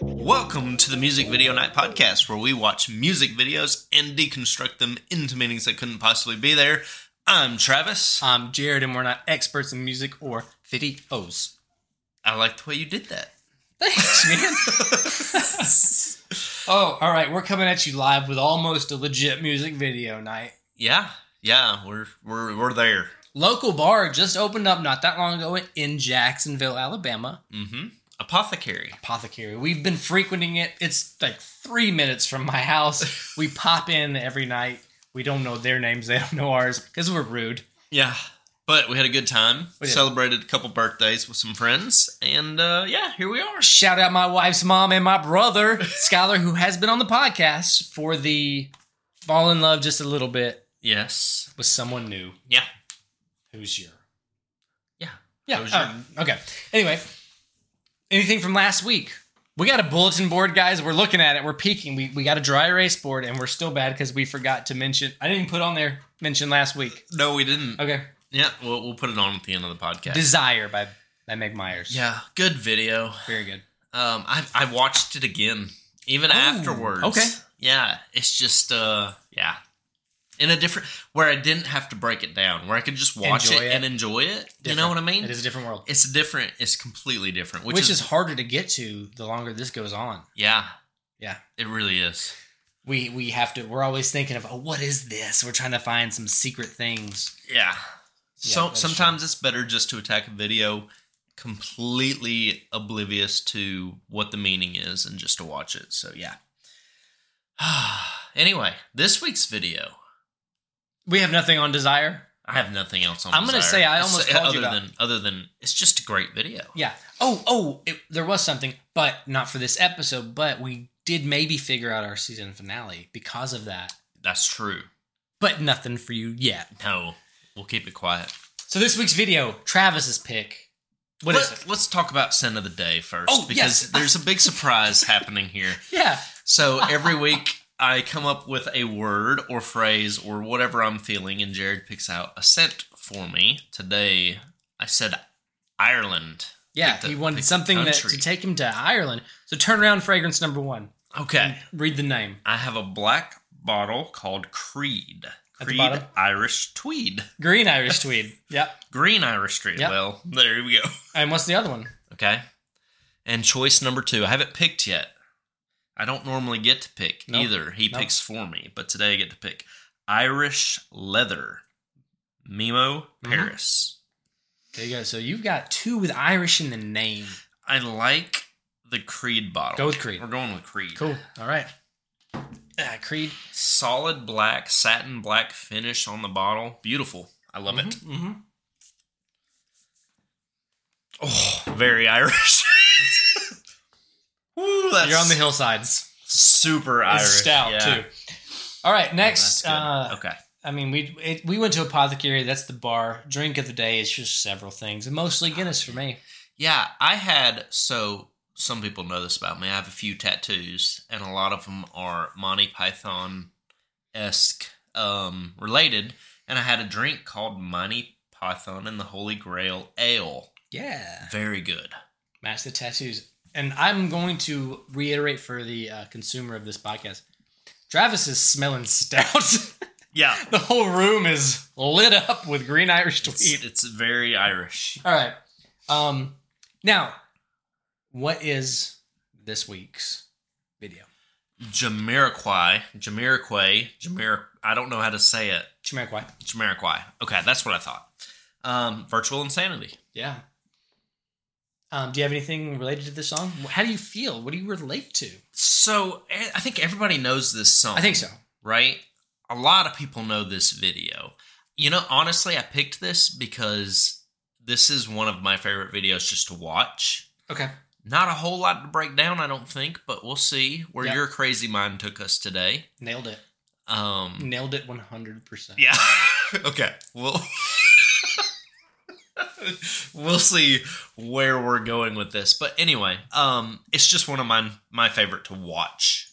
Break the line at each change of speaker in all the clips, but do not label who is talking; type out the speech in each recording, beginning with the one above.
welcome to the Music Video Night podcast, where we watch music videos and deconstruct them into meanings that couldn't possibly be there. I'm Travis.
I'm Um, Jared, and we're not experts in music or videos.
I like the way you did that.
Thanks, man. oh, all right. We're coming at you live with almost a legit music video night.
Yeah, yeah, we're we're we're there.
Local bar just opened up not that long ago in Jacksonville, Alabama.
Mm-hmm. Apothecary.
Apothecary. We've been frequenting it. It's like three minutes from my house. we pop in every night. We don't know their names. They don't know ours because we're rude.
Yeah, but we had a good time.
We did.
Celebrated a couple birthdays with some friends, and uh, yeah, here we are.
Shout out my wife's mom and my brother, Skylar, who has been on the podcast for the fall in love just a little bit
Yes.
with someone new.
Yeah.
Who's your?
Yeah.
Yeah.
Who's your-
um, okay. Anyway, anything from last week? We got a bulletin board, guys. We're looking at it. We're peeking. We, we got a dry erase board, and we're still bad because we forgot to mention. I didn't even put on there mention last week.
No, we didn't.
Okay.
Yeah, we'll we'll put it on at the end of the podcast.
Desire by by Meg Myers.
yeah, good video.
Very good.
Um, I I watched it again, even afterwards.
Oh, okay.
Yeah, it's just uh, yeah, in a different where I didn't have to break it down, where I could just watch it,
Enjoy it.
and enjoy it. You know
Different.
what I mean?
It is a different world,
It's different. It's completely different. Which,
which
is,
is harder to get to the longer this goes on.
yeah,
Yeah.
it really is.
we we have to we're always thinking of oh what is this we're trying to find some secret things
Yeah. so
that's
sometimes it's better just to attack a video completely oblivious to what the meaning is and just to watch it. So yeah. anyway, this week's video.
we have nothing on desire
I have nothing else on.
I'm gonna
Desire.
say I
It's- uh,
almost called
other
you out.
than other than it's just a great video.
yeah oh oh it, there was something but not for this episode but we did maybe figure out our season finale because of that
That's true.
but nothing for you yet
No, we'll keep it quiet.
so this week's video travis's pick what is it
Let's talk about sin of the day first,
Oh,
because
yes.
there's a big surprise happening here.
yeah
So every week I come up with a word or phrase or whatever I'm feeling, and Jared picks out a scent for me. Today I said Ireland.
yeah
Pick the-
he wanted
pick the
something that,
country.
to take him to ireland so turn around fragrance number one
Okay,
read the name
I have a black bottle called Creed.
the
Creed
bottom?
Irish Tweed.
green irish tweed yep
Green Irish Tweed.
Yep.
Well, there we go.
and what's the other one
Okay. And choice number two, I haven't picked yet. I don't normally get to pick
Nope.
either. He
Nope.
picks for me, but today I get to pick Irish leather, Mimo
Mhm.
Paris.
there you go so you've got two with irish in the name
I like the Creed bottle.
Go with Creed.
We're going with Creed.
Cool. All right. Uh, Creed.
Solid black, satin black finish on the bottle. Beautiful. I love it.
Mm-hmm.
Oh, very Irish. Woo, that's
You're on the hillsides.
super Irish.
It's stout
Yeah.
too. All right.
Oh, That's
Next,
good.
uh,
okay.
I mean, we it, we went to apothecary. That's the bar drink of the day. It's just several things, and mostly Guinness for me.
Yeah, I had so some people know this about me. I have a few tattoos, and a lot of them are Monty Python esque um, related. And I had a drink called Monty Python and the Holy Grail Ale.
Yeah.
Very good.
Match the tattoos, and I'm going to reiterate for the uh, consumer of this podcast. Travis is smelling stout.
Yeah,
the whole room is lit up with green Irish tweed.
it's, it's very Irish.
All right. Um, now, what is this week's video?
Jamiroquai, Jamiroquai, Jamir. I don't know how to say it.
Chimaroquai.
Jamiroquai. Okay, that's what I thought. Um, virtual insanity.
Yeah. Um, do you have anything related to this song? How do you feel? What do you relate to?
So eh, I think everybody knows this song.
I think so.
right? A lot of people know this video. You know, honestly, I picked this because this is one of my favorite videos just to watch.
Okay.
Not a whole lot to break down, I don't think, but we'll see where
Yeah.
your crazy mind took us today.
Nailed it.
Um,
Nailed it 100%.
yeah. okay. Well, we'll see where we're going with this. But anyway, um, it's just one of my my favorite to watch.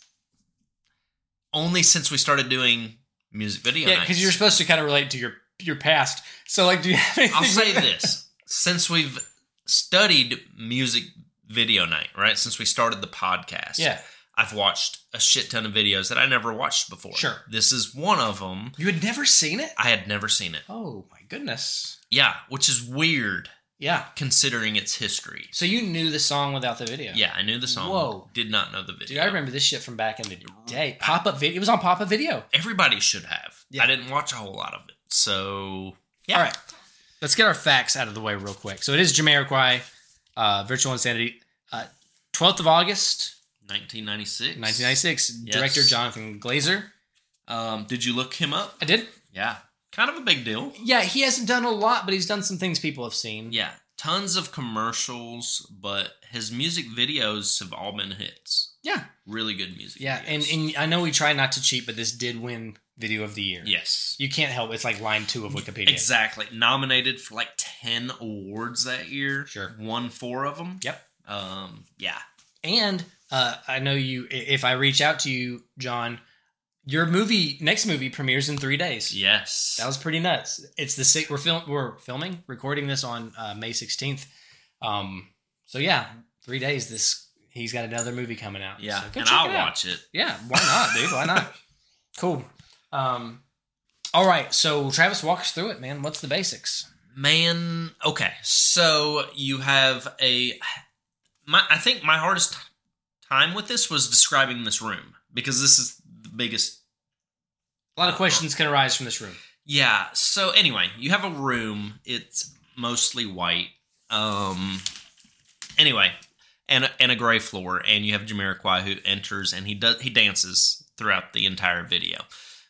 Only since we started doing music video
Yeah,
nights.
because you're supposed to kind of relate to your your past. So, like, do you have anything?
I'll say this since we've studied music video night, right? Since we started the podcast,
Yeah.
I've watched a shit ton of videos that I never watched before.
Sure.
This is one of them.
You had never seen it?
I had never seen it.
Oh my goodness.
Yeah, which is weird
Yeah.
considering its history.
So you knew the song without the video.
Yeah, I knew the song.
Whoa.
Did not know the video.
Dude, I remember this shit from back in the day. Pop up video. It was on pop up video.
Everybody should have.
Yeah.
I didn't watch a whole lot of it. So, yeah.
All right. Let's get our facts out of the way real quick. So it is Jamiroquai, uh, Virtual Insanity, uh, 12th of August,
1996.
1996.
Yes.
Director Jonathan Glazer.
Um, did you look him up?
I did.
Yeah. Kind of a big deal.
Yeah, he hasn't done a lot, but he's done some things people have seen.
Yeah. Tons of commercials, but his music videos have all been hits.
Yeah.
Really good music.
Yeah, and,
videos.
and I know we try not to cheat, but this did win Video of the Year.
yes.
You can't help. It's like line two of Wikipedia.
Exactly. Nominated for like 10 awards that year.
Sure.
Won four of them.
Yep.
Um, yeah.
And uh, I know you, i- if I reach out to you, John, your movie, next movie premieres in three days.
Yes.
That was pretty nuts. It's the six, we're film, we're filming, recording this on uh, May 16th. Um, so yeah, three days. This he's got another movie coming out.
yeah.
So go
and
check
I'll
it out.
watch it.
Yeah, why not, dude? Why not? Cool. Um, all right. So Travis walks through it, man. What's the basics?
Man, okay. So you have a my I think my hardest time with this was describing this room because this is the biggest
A lot of questions can arise from this room.
Yeah. So anyway, you have a room. It's mostly white. Um. Anyway, and and a gray floor, and you have Jamiroquai who enters and he does he dances throughout the entire video.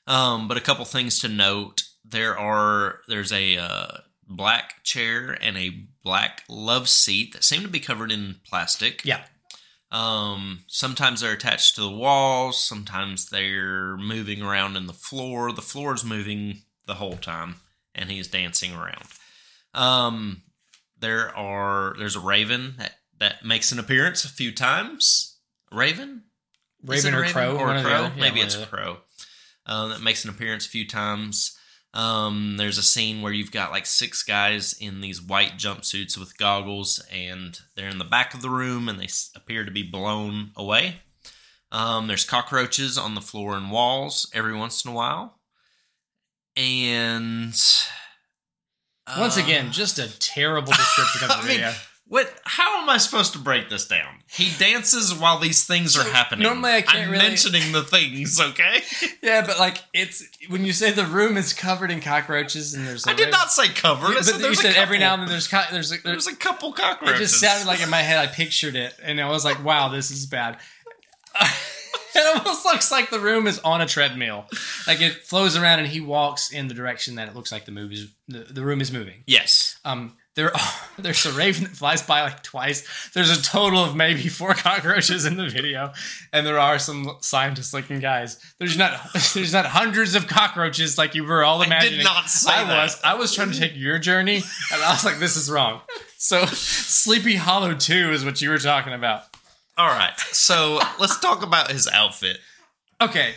Um. But a couple things to note: there are there's a uh, black chair and a black love seat that seem to be covered in plastic.
Yeah.
Um, sometimes they're attached to the walls, sometimes they're moving around in the floor. The floor is moving the whole time, and he's dancing around. Um, there are there's a raven that, that makes an appearance a few times. Raven? Is
Raven
it a
or crow?
Or
one
a
or the
crow?
other. Yeah,
Maybe
one
it's
or
a
the other.
crow. Um, that makes an appearance a few times. Um, there's a scene where you've got like six guys in these white jumpsuits with goggles, and they're in the back of the room, and they s- appear to be blown away. Um, there's cockroaches on the floor and walls every once in a while, and
Once
uh,
again, just a terrible description of
I
the
mean,
video.
what? How am I supposed to break this down? He dances while these things are happening.
normally I can't
am
really-
mentioning the things, okay?
yeah, but like it's when you say the room is covered in cockroaches and there's. I
I did not say cover. I
But
said
you
there's a
said every now
couple.
and then there's co- there's like there's.
There's a couple
It
cockroaches.
just sounded like in my head I pictured it and I was like, wow, this is bad. it almost looks like the room is on a treadmill, like it flows around and he walks in the direction that it looks like the movie's the, the room is moving.
yes.
Um, there are, there's a raven that flies by like twice. There's a total of maybe four cockroaches in the video, and there are some scientist-looking guys. There's not there's not hundreds of cockroaches like you were all
I
imagining.
did not say
I
that.
was I was trying to take your journey, and I was like, this is wrong. So Sleepy Hollow Two is what you were talking about.
All right. So let's talk about his outfit.
Okay,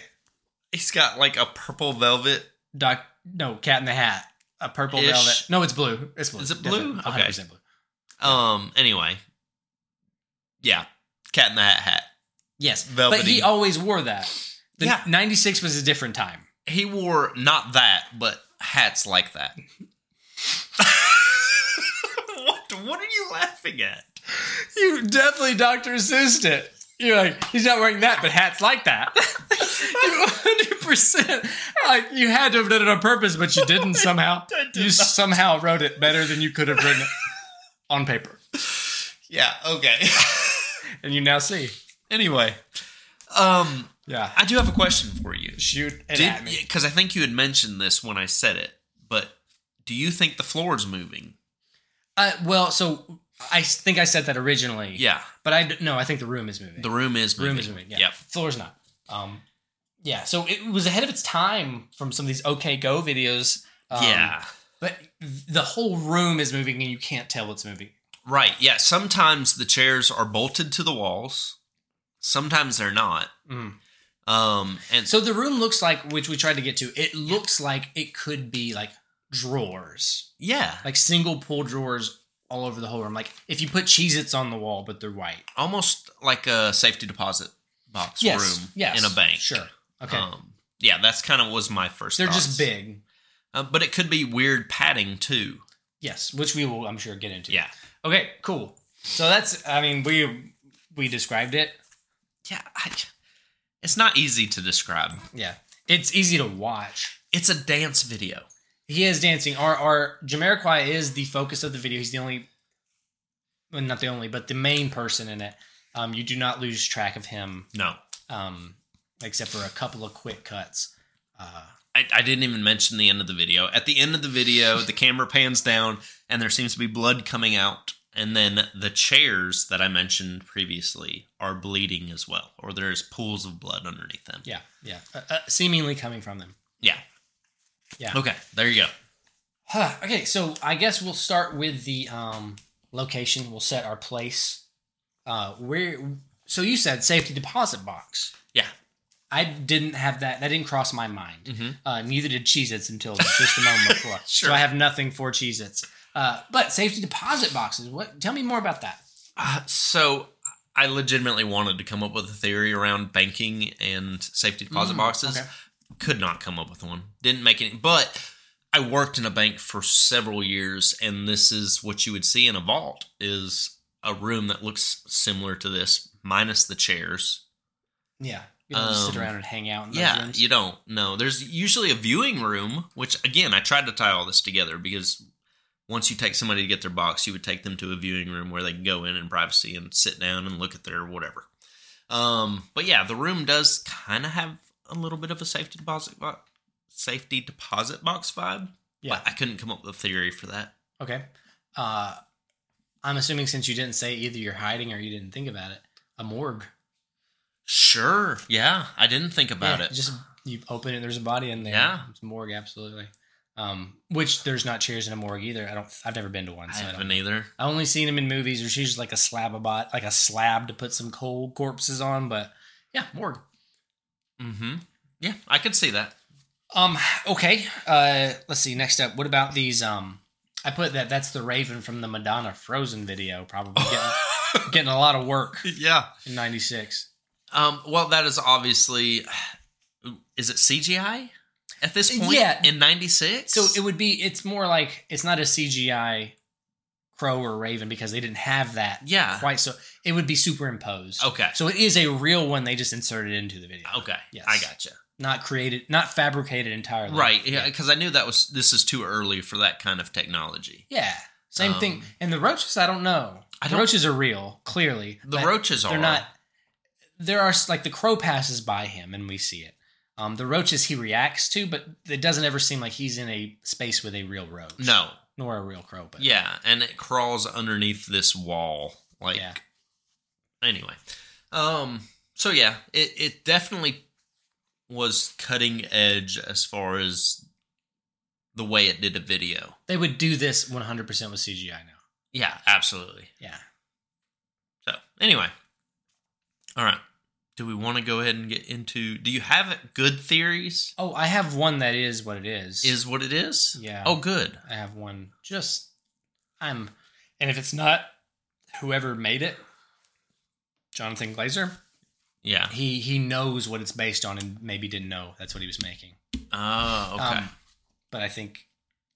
He's got like a purple velvet.
Doc. No, Cat in the Hat. A purple
Ish.
velvet. No, it's blue. It's blue.
Is it blue?
Definitely.
Okay.
100% blue.
Um. Anyway. Yeah. Cat in the Hat hat.
Yes, but
Velvety.
he always wore that. The
Yeah.
'96 was a different time.
He wore not that, but hats like that. what? What are you laughing at?
You definitely Dr. Seussed it. You're like, he's not wearing that, but hats like that. you 100%. Like, you had to have done it on purpose, but you didn't somehow.
I did
you
not.
somehow wrote it better than you could have written it on paper.
Yeah. Okay.
And you now see.
anyway. Um.
Yeah.
I do have a question for you.
Shoot it at me.
because I think you had mentioned this when I said it, but do you think the floor is moving?
Uh, well, so I s- think I said that originally.
Yeah,
But I, d- no, I think the room is moving.
the room is moving.
room is moving. Yeah.
Yep.
Floor's not. Um, yeah. So it was ahead of its time from some of these OK Go videos. Um,
yeah.
But the whole room is moving and you can't tell what's moving.
Right. Yeah. Sometimes the chairs are bolted to the walls. Sometimes they're not. Um. And
So the room looks like, which we tried to get to, it looks like it could be like drawers,
yeah,
like single pull drawers all over the whole room. Like if you put Cheez Its on the wall, but they're white.
almost like a safety deposit box
Yes,
room
yes,
in a bank.
Sure. Okay.
Um, yeah, that's kind of was my first.
They're
thoughts.
just big.
Uh, but it could be weird padding too.
Yes, which we will, I'm sure, get into.
Yeah,
Okay. Cool. So that's. I mean, we we described it.
yeah. I, it's not easy to describe.
Yeah. It's easy to watch.
It's a dance video.
He is dancing. Our our Jamiroquai is the focus of the video. He's the only, well, not the only, but the main person in it. Um, you do not lose track of him,
No,
um, except for a couple of quick cuts. Uh,
I, I didn't even mention the end of the video. At the end of the video, the camera pans down and there seems to be blood coming out. And then the chairs that I mentioned previously are bleeding as well, or there's pools of blood underneath them.
yeah, yeah, uh, uh, seemingly coming from them.
Yeah.
Yeah.
Okay, there you go.
Huh, okay, so I guess we'll start with the um, location. We'll set our place. Uh, where? So you said safety deposit box.
Yeah.
I didn't have that. That didn't cross my mind.
Mhm.
Uh, neither did Cheez Its until just a moment before.
Sure.
So I have nothing for Cheez Its. Uh, but safety deposit boxes. What? Tell me more about that.
Uh, so I legitimately wanted to come up with a theory around banking and safety deposit
Mm,
boxes.
okay.
Could not come up with one. Didn't make any. But I worked in a bank for several years, and this is what you would see in a vault: is a room that looks similar to this, minus the chairs.
Yeah. You don't just sit
Um,
around and hang out. In those
Yeah,
rooms.
you don't know. There's usually a viewing room, which again, I tried to tie all this together because once you take somebody to get their box, you would take them to a viewing room where they can go in in privacy and sit down and look at their whatever. Um, but yeah, the room does kind of have a little bit of a safety deposit box, safety deposit box vibe.
Yeah.
but I couldn't come up with a theory for that.
Okay. Uh, I'm assuming since you didn't say either you're hiding or you didn't think about it, a morgue.
Sure, yeah, I didn't think about
Yeah,
it.
Just you open it, there's a body in there.
Yeah.
It's a morgue, absolutely. Um, which there's not chairs in a morgue either. I don't. I've never been to one.
I
So I,
haven't
don't.
either.
I only seen them in movies, or she's just like a slab of bot, like a slab to put some cold corpses on. But yeah, morgue.
Mm-hmm. Yeah, I could see that.
Um. Okay. Uh. Let's see. Next up, what about these? Um. I put that. That's the Raven from the Madonna Frozen video. Probably getting, getting a lot of work
yeah.
in '96.
Um, well, that is obviously. Is it CGI at this point?
Yeah.
In '96.
So it would be. It's more like it's not a CGI crow or raven because they didn't have that.
Yeah.
quite so it would be superimposed.
Okay. Oh.
So it is a real one they just inserted into the video.
Okay.
Yes.
I gotcha.
Not created, not fabricated entirely.
Right. Yeah.
Yeah.
Because I knew that was this is too early for that kind of technology.
Yeah. Same
Um,
thing. And the roaches, I don't know.
I
The
don't-
roaches are real, clearly.
The
but
roaches are.
They're not. There are like the crow passes by him and we see it. Um, the roaches he reacts to, but it doesn't ever seem like he's in a space with a real roach.
No.
Nor a real crow. But
Yeah, and it crawls underneath this wall. Like.
Yeah.
Anyway, um. So yeah, it it definitely was cutting edge as far as the way it did a video.
They would do this 100% with CGI now.
Yeah, absolutely.
Yeah.
So anyway, all right. Do we want to go ahead and get into? Do you have good theories?
Oh, I have one that is what it is.
Is what it is?
Yeah.
Oh, good.
I have one. Just I'm, and if it's not whoever made it, Jonathan Glazer,
Yeah.
he he knows what it's based on, and maybe didn't know that's what he was making. Um,
Oh, okay.
but I think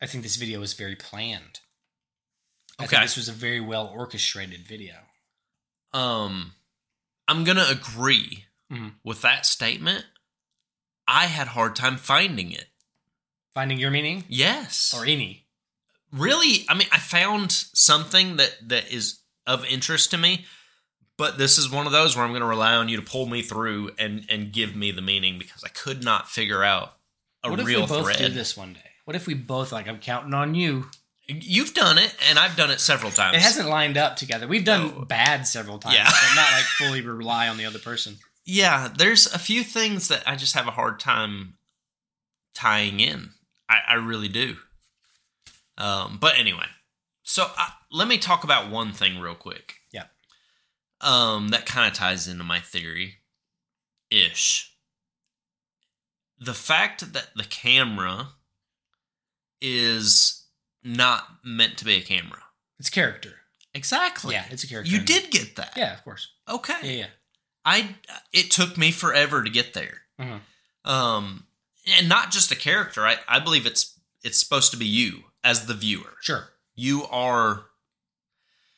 I think this video was very planned. I
Okay.
think this was a very well orchestrated video.
Um, I'm gonna agree
Mhm.
with that statement. I had hard time finding it.
Finding your meaning
Yes.
or any?
really i mean i found something that that is of interest to me but this is one of those where i'm going to rely on you to pull me through and and give me the meaning because i could not figure out a
what if
real
we both
thread
do this one day? What if we both like? I'm counting on you.
you've done it and i've done it several times
It hasn't lined up together. We've done
No.
bad several times,
Yeah.
but not like fully rely on the other person.
yeah there's a few things that i just have a hard time tying in i, I really do um, but anyway so I, let me talk about one thing real quick
Yeah.
um, that kind of ties into my theory ish the fact that the camera is not meant to be a camera
It's character.
exactly
Yeah, it's a character.
you
in there.
did get that
Yeah, of course.
okay
Yeah, yeah.
I it took me forever to get there.
Mhm.
Um, and not just a character. I I believe it's it's supposed to be you as the viewer.
Sure.
You are.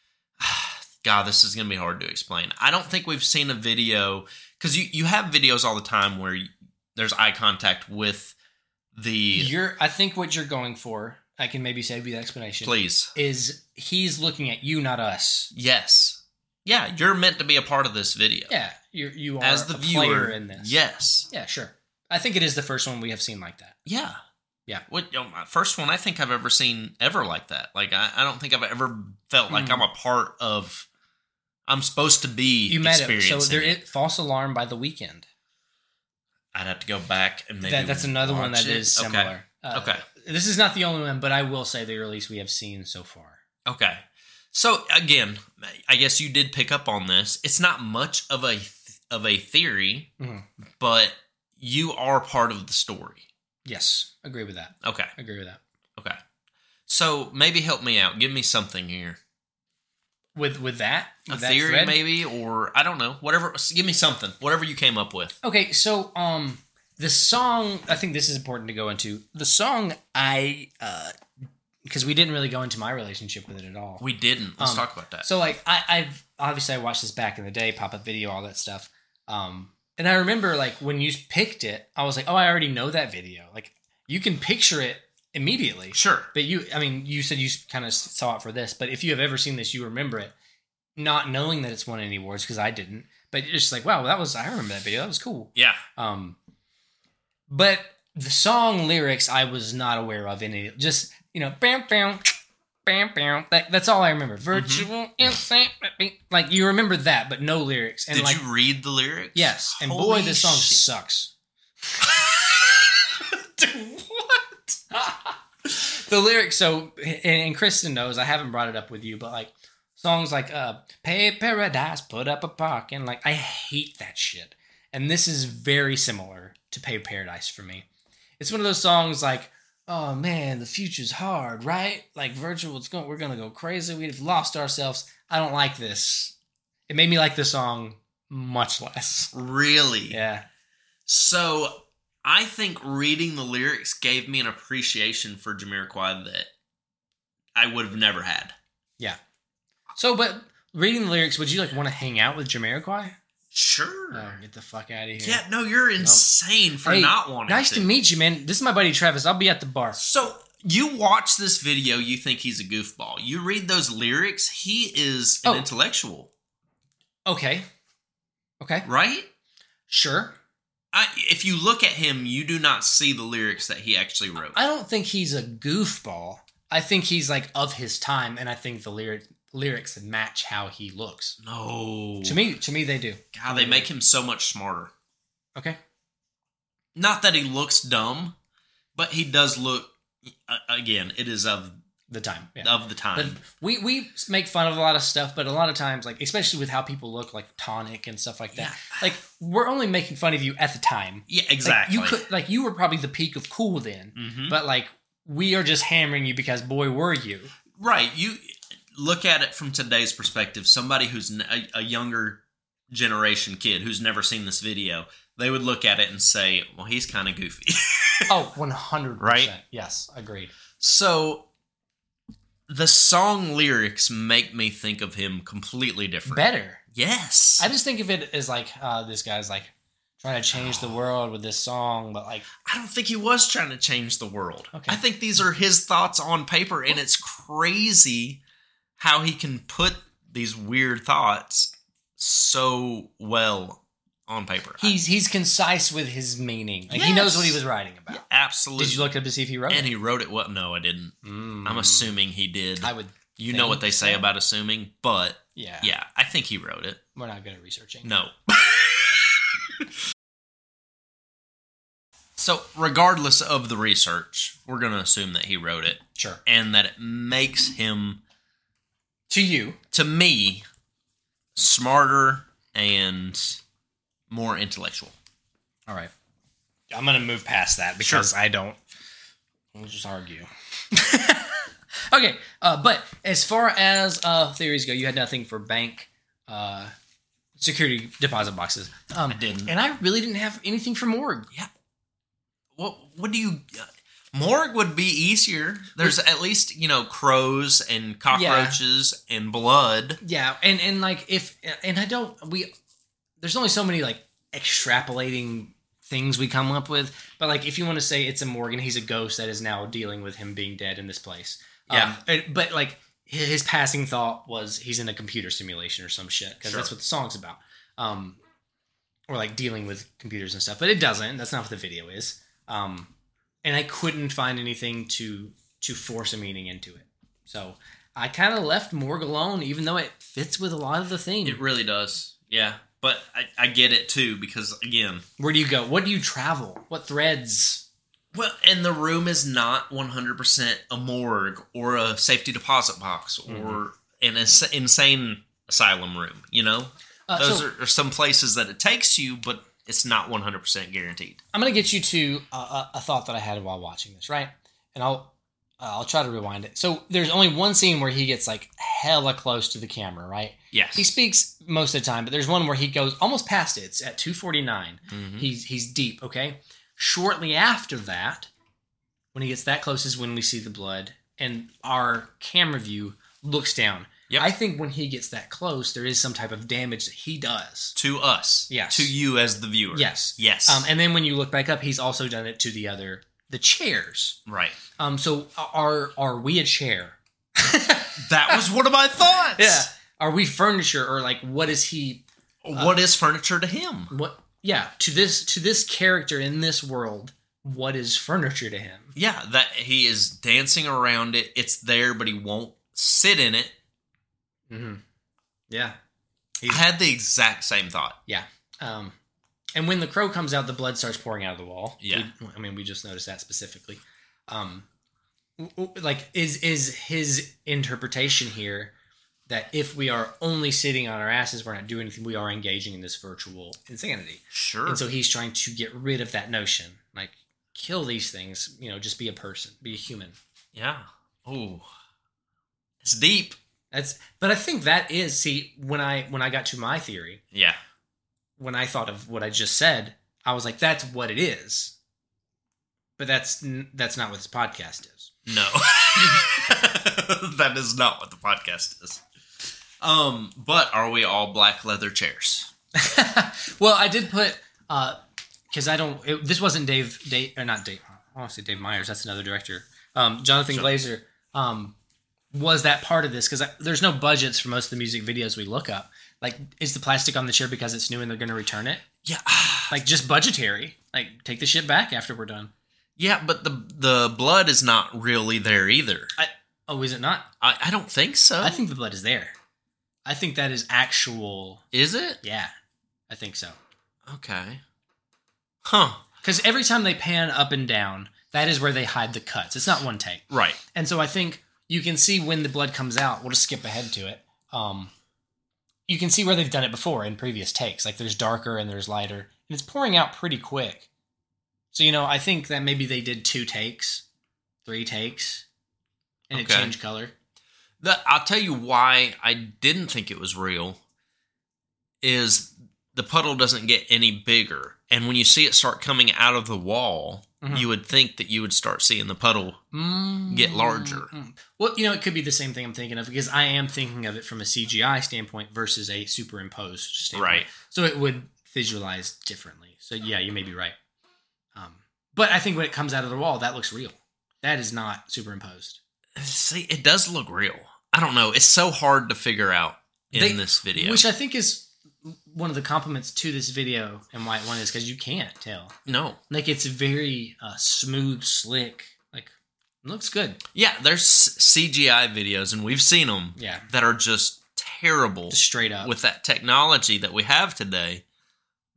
God, this is going to be hard to explain. I don't think we've seen a video because you you have videos all the time where you, there's eye contact with the
You're I think what you're going for, I can maybe save you the explanation.
please.
Is he's looking at you, not us.
Yes. Yeah, you're meant to be a part of this video.
Yeah. You you are
As the
a
viewer,
player in this.
Yes.
Yeah, sure. I think it is the first one we have seen like that.
Yeah.
Yeah.
What you know, my first one I think I've ever seen ever like that. Like I, I don't think I've ever felt like
Mhm.
I'm a part of I'm supposed to be
You met it.
experiencing
So there
it.
is false alarm by the weekend.
I'd have to go back and maybe
That, that's another one
watch
that is
it.
similar.
Okay.
Uh,
okay.
This is not the only one, but I will say the release we have seen so far.
Okay. So again, I guess you did pick up on this. It's not much of a th- of a theory,
Mhm.
but you are part of the story.
Yes, agree with that.
Okay.
Agree with that.
Okay. So maybe help me out. Give me something here.
With with that,
A
with that
theory
thread?
maybe or I don't know. Whatever give me something. Whatever you came up with.
Okay, so um, the song I think this is important to go into. The song I uh, because we didn't really go into my relationship with it at all.
We didn't. Let's
Um,
talk about that.
So like I, I've obviously I watched this back in the day, pop up video, all that stuff. Um, and I remember like when you picked it, I was like, oh, I already know that video. Like you can picture it immediately.
sure.
But you, I mean, you said you kind of saw it for this, but if you have ever seen this, you remember it, not knowing that it's won any awards because I didn't. But you're just like, wow, that was I remember that video. That was cool.
Yeah.
Um, but the song lyrics I was not aware of any. Just you know, bam, bam, bam, bam. That, that's all I remember.
Mm-hmm.
Virtual insane. Like you remember that, but no lyrics. And
Did
like
you read the lyrics?
yes, and
Holy
boy, this song
shit.
sucks.
Dude, what?
The lyrics. So and, and Kristen knows I haven't brought it up with you, but like songs like uh, "Pay Paradise," "Put Up a Park," and like I hate that shit. And this is very similar to "Pay Paradise" for me. it's one of those songs like oh man the future's hard right like virtual it's going we're gonna go crazy we've lost ourselves i don't like this it made me like the song much less
Really?
yeah
So I think reading the lyrics gave me an appreciation for Jamiroquai that I would have never had.
so but reading the lyrics would you like want to hang out with jamiroquai
Sure.
oh get the fuck out of here
yeah, no, you're insane for
Hey,
not wanting
nice to meet you man this is my buddy travis i'll be at the bar
So you watch this video, you think he's a goofball. You read those lyrics, he is an
Oh.
intellectual,
okay okay
right?
sure
I, if you look at him, you do not see the lyrics that he actually wrote.
i don't think he's a goofball i think he's like of his time and i think the lyric lyrics match how he looks
no,
to me to me they do
God, they make him so much smarter.
Okay.
Not that he looks dumb, but he does look. a- Again, it is of
The time. Yeah.
of the
But
time.
we we make fun of a lot of stuff, but a lot of times, like especially with how people look, like tonic and stuff like that.
Yeah,
Like we're only making fun of you at the time.
yeah,
Like,
exactly.
you could like you were probably the peak of cool then,
Mhm.
but like we are just hammering you because boy were you.
Right. You look at it from today's perspective. Somebody who's n- a, a younger generation kid who's never seen this video, they would look at it and say, "Well, he's kind of goofy."
Oh, one hundred percent.
Right?
Yes, agreed.
so the song lyrics make me think of him completely different.
Better.
yes.
I just think of it as like uh, this guy's like trying to change the world with this song, but like
I don't think he was trying to change the world.
Okay.
I think these are his thoughts on paper, and it's crazy how he can put these weird thoughts so well on paper.
he's he's concise with his meaning. Like he knows
Yes.
what he was writing about.
absolutely.
Did you look up to see if he wrote
and
it?
he wrote it well. No, I didn't.
Mm.
I'm assuming he did.
I would.
you know what they say
so.
about assuming, but
Yeah.
yeah, I think he wrote it.
We're not good at researching.
No. so, regardless of the research, we're going to assume that he wrote it
Sure.
and that it makes him
To you.
to me smarter and more intellectual.
All right. I'm gonna move past that because I don't. We'll just argue. okay. Uh, but as far as uh, theories go, you had nothing for bank. Uh, security deposit boxes. Um,
I didn't.
And I really didn't have anything from org.
What what do you? Morgue would be easier. There's at least you know crows and cockroaches and blood.
Yeah, and and like if and I don't we there's only so many like extrapolating things we come up with, but like if you want to say it's a Morgan, he's a ghost that is now dealing with him being dead in this place.
Yeah.
um, and- but like hi- his passing thought was he's in a computer simulation or some shit because that's
Sure.
what the song's about. Um, or like dealing with computers and stuff, but it doesn't. That's not what the video is. Um, and I couldn't find anything to to force a meaning into it. So I kind of left Morg alone, even though it fits with a lot of the theme.
It really does. Yeah, but I, I get it too because again,
Where do you go? What do you travel? What threads?
well, and the room is not 100 percent a morgue or a safety deposit box or
Mm-hmm.
an ins- insane asylum room. You know,
Uh,
those
so
are, are some places that it takes you, but it's not 100 percent guaranteed.
I'm gonna get you to a, a, a thought that I had while watching this, right? And I'll uh, I'll try to rewind it. So there's only one scene where he gets like hella close to the camera, right?
Yes.
He speaks most of the time, but there's one where he goes almost past it. It's at 249.
Mhm.
He's he's deep, okay? Shortly after that, when he gets that close is when we see the blood and our camera view looks down.
Yep.
I think when he gets that close, there is some type of damage that he does.
To us.
Yes.
To you as the viewer.
Yes.
Yes.
Um, and then when you look back up, he's also done it to the other the chairs.
right.
Um, so are are we a chair?
That was one of my thoughts.
Are we furniture or like what is he
what is furniture to him?
what yeah to this to this character in this world what is furniture to him
Yeah, that he is dancing around it. It's there, but he won't sit in it.
mm-hmm. yeah
I had the exact same thought.
um and when the crow comes out the blood starts pouring out of the wall
Yeah.
We- i mean we just noticed that specifically um w- w- like is is his interpretation here that if we are only sitting on our asses we're not doing anything we are engaging in this virtual insanity
Sure.
and so he's trying to get rid of that notion like kill these things you know just be a person be a human
yeah. Oh, it's deep.
That's but I think that is see when I when I got to my theory,
Yeah.
when I thought of what I just said, I was like that's what it is. But that's n- that's not what this podcast is.
No, that is not what the podcast is. Um, but are we all black leather chairs?
well, I did put uh cuz I don't it, this wasn't Dave Dave or not Dave. I want to say Dave Myers, that's another director. Um Jonathan
Sure.
Glazer um was that part of this cuz there's no budgets for most of the music videos we look up. Like is the plastic on the chair because it's new and they're going to return it?
Yeah.
Like just budgetary. Like take the shit back after we're done.
Yeah, but the the blood is not really there either.
Oh, is it not?
I, I don't think so.
I think the blood is there. I think that is actual.
is it?
Yeah, I think so.
Okay. Huh.
Because every time they pan up and down, that is where they hide the cuts. It's not one take,
Right.
and so I think you can see when the blood comes out. We'll just skip ahead to it. Um, you can see where they've done it before in previous takes. Like there's darker and there's lighter, and it's pouring out pretty quick. So you know, I think that maybe they did two takes, three takes, and it
Okay.
changed color.
The, I'll tell you why I didn't think it was real is the puddle doesn't get any bigger. And when you see it start coming out of the wall,
Mhm.
you would think that you would start seeing the puddle. get larger.
Mm. Well, you know, it could be the same thing I'm thinking of because I am thinking of it from a CGI standpoint versus a superimposed standpoint.
Right.
So it would visualize differently. So yeah, you may be right. Um, but I think when it comes out of the wall, that looks real. That is not superimposed.
See, it does look real. I don't know. It's so hard to figure out in
They-
this video.
Which I think is one of the compliments to this video and why it won is because you can't tell.
no.
Like it's very uh, smooth, slick. Like looks good.
Yeah, there's CGI videos, and we've seen them
Yeah.
that are just terrible.
Just straight up.
with that technology that we have today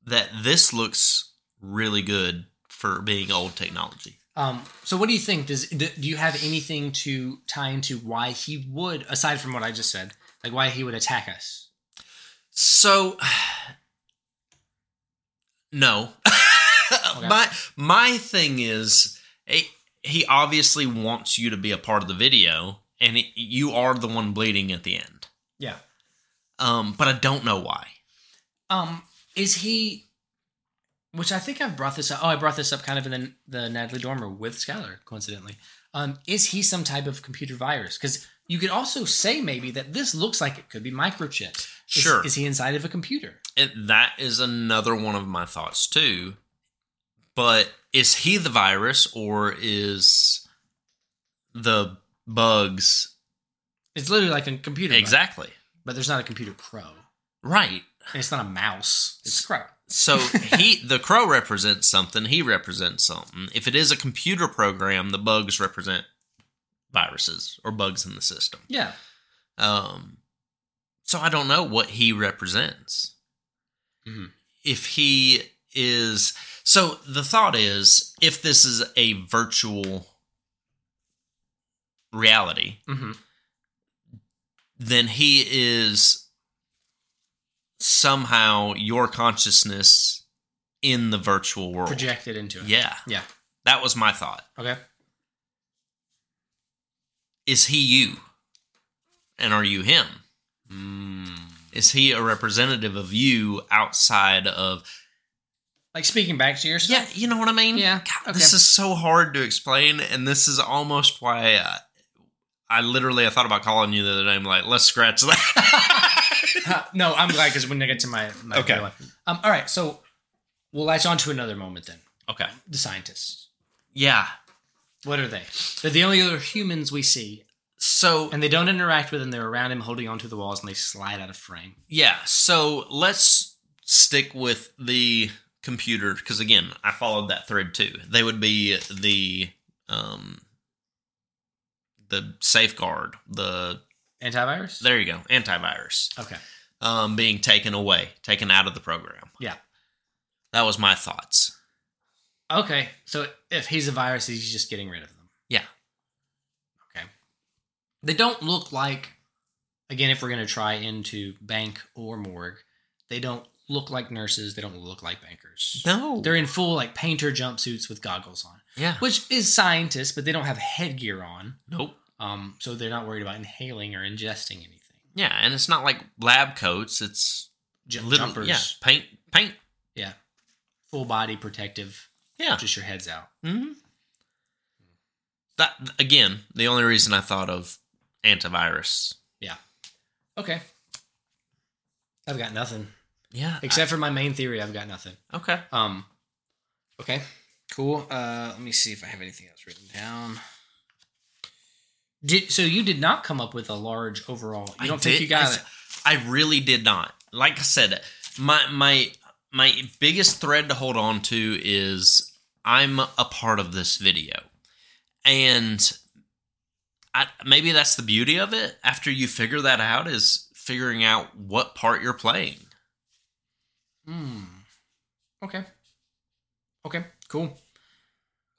that this looks really good for being old technology.
Um, so what do you think? Does do do you have anything to tie into why he would, aside from what I just said, like why he would attack us?
So no.
Okay.
My my thing is he- he obviously wants you to be a part of the video and it, you are the one bleeding at the end.
Yeah.
Um but I don't know why.
Um, is he? Which I think I've brought this up. Oh, I brought this up kind of in the, the Natalie Dormer with Skylar, coincidentally. Um, is he some type of computer virus? Because you could also say maybe that this looks like it could be microchipped. Is-
Sure.
Is he inside of a computer?
It, that is another one of my thoughts too. But is he the virus or is the bugs
It's literally like a computer. bug,
exactly
But there's not a computer pro.
right?
And it's not a mouse. It's a crow.
So he the crow represents something. He represents something. If it is a computer program, the bugs represent viruses or bugs in the system.
Yeah.
Um, so I don't know what he represents.
Mhm.
If he is so, the thought is if this is a virtual reality,
Mm-hmm.
then he is somehow your consciousness in the virtual world.
Projected into it.
Yeah,
Yeah.
that was my thought.
Okay.
Is he you? And are you him? Is he a representative of you outside of
Like speaking back to yourself.
Yeah, you know what I mean?
Yeah,
God,
okay.
This is so hard to explain, and this is almost why I, I literally I thought about calling you the other day. I'm like, let's scratch that.
Huh, no, I'm glad because when I get to my, my
Okay.
real life. Um, all right, so we'll latch on to another moment then.
okay.
The scientists.
Yeah.
What are they? They're the only other humans we see,
So
and they don't interact with him. They're around him, holding onto the walls, and they slide out of frame.
yeah. So let's stick with the computer because again, I followed that thread too. They would be the um the safeguard, the
Antivirus.
there you go, antivirus.
okay.
um, being taken away, taken out of the program.
Yeah.
That was my thoughts.
Okay. So if he's a virus, he's just getting rid of them.
Yeah.
Okay. They don't look like. Again, if we're going to try into bank or morgue, they don't look like nurses. They don't look like bankers.
No.
They're in full like painter jumpsuits with goggles on,
yeah.
which is scientists, but they don't have headgear on,
Nope.
um, so they're not worried about inhaling or ingesting anything.
Yeah, and it's not like lab coats. It's
Ju-
little
jumpers,
Yeah, paint, paint.
full body protective,
Yeah.
just your heads out.
hmm That again, the only reason I thought of antivirus.
Okay, I've got nothing
Yeah.
except for my main theory. I've got nothing.
I- okay.
Um, okay, cool. Uh, let me see if I have anything else written down. Did so? You did not come up with a large overall. You
I
don't think
did-
you got
I,
it?
I really did not. Like I said, my my my biggest thread to hold on to is I'm a part of this video. And I, maybe that's the beauty of it. After you figure that out is figuring out what part you're playing.
Hmm. Okay. Okay. Cool.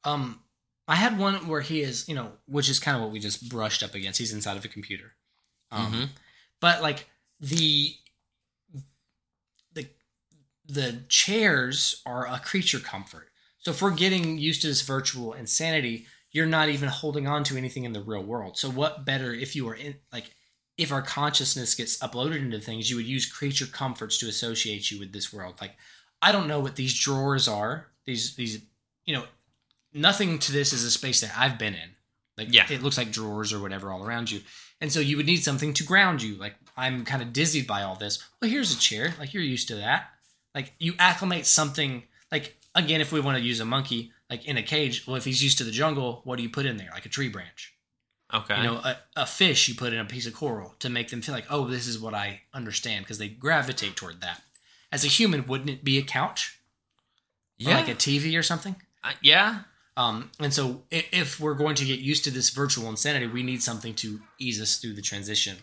Um, I had one where he is, you know, which is kind of what we just brushed up against. He's inside of a computer. Um,
Mhm.
but like the the the chairs are a creature comfort. So if we're getting used to this virtual insanity, you're not even holding on to anything in the real world. So what better if you are in like if our consciousness gets uploaded into things, you would use creature comforts to associate you with this world. Like I don't know what these drawers are. These these you know nothing to this is a space that I've been in. Like
Yeah.
it looks like drawers or whatever all around you. And so you would need something to ground you. Like I'm kind of dizzied by all this. Well, here's a chair. Like you're used to that. Like you acclimate something. Like again, if we want to use a monkey, like in a cage, well, if he's used to the jungle, what do you put in there? Like a tree branch.
Okay.
You know, a, a fish you put in a piece of coral to make them feel like, oh, this is what I understand because they gravitate toward that. As a human, wouldn't it be a couch? Or
yeah.
like a TV or something?
I- yeah.
Um, and so, i- if we're going to get used to this virtual insanity, we need something to ease us through the transition.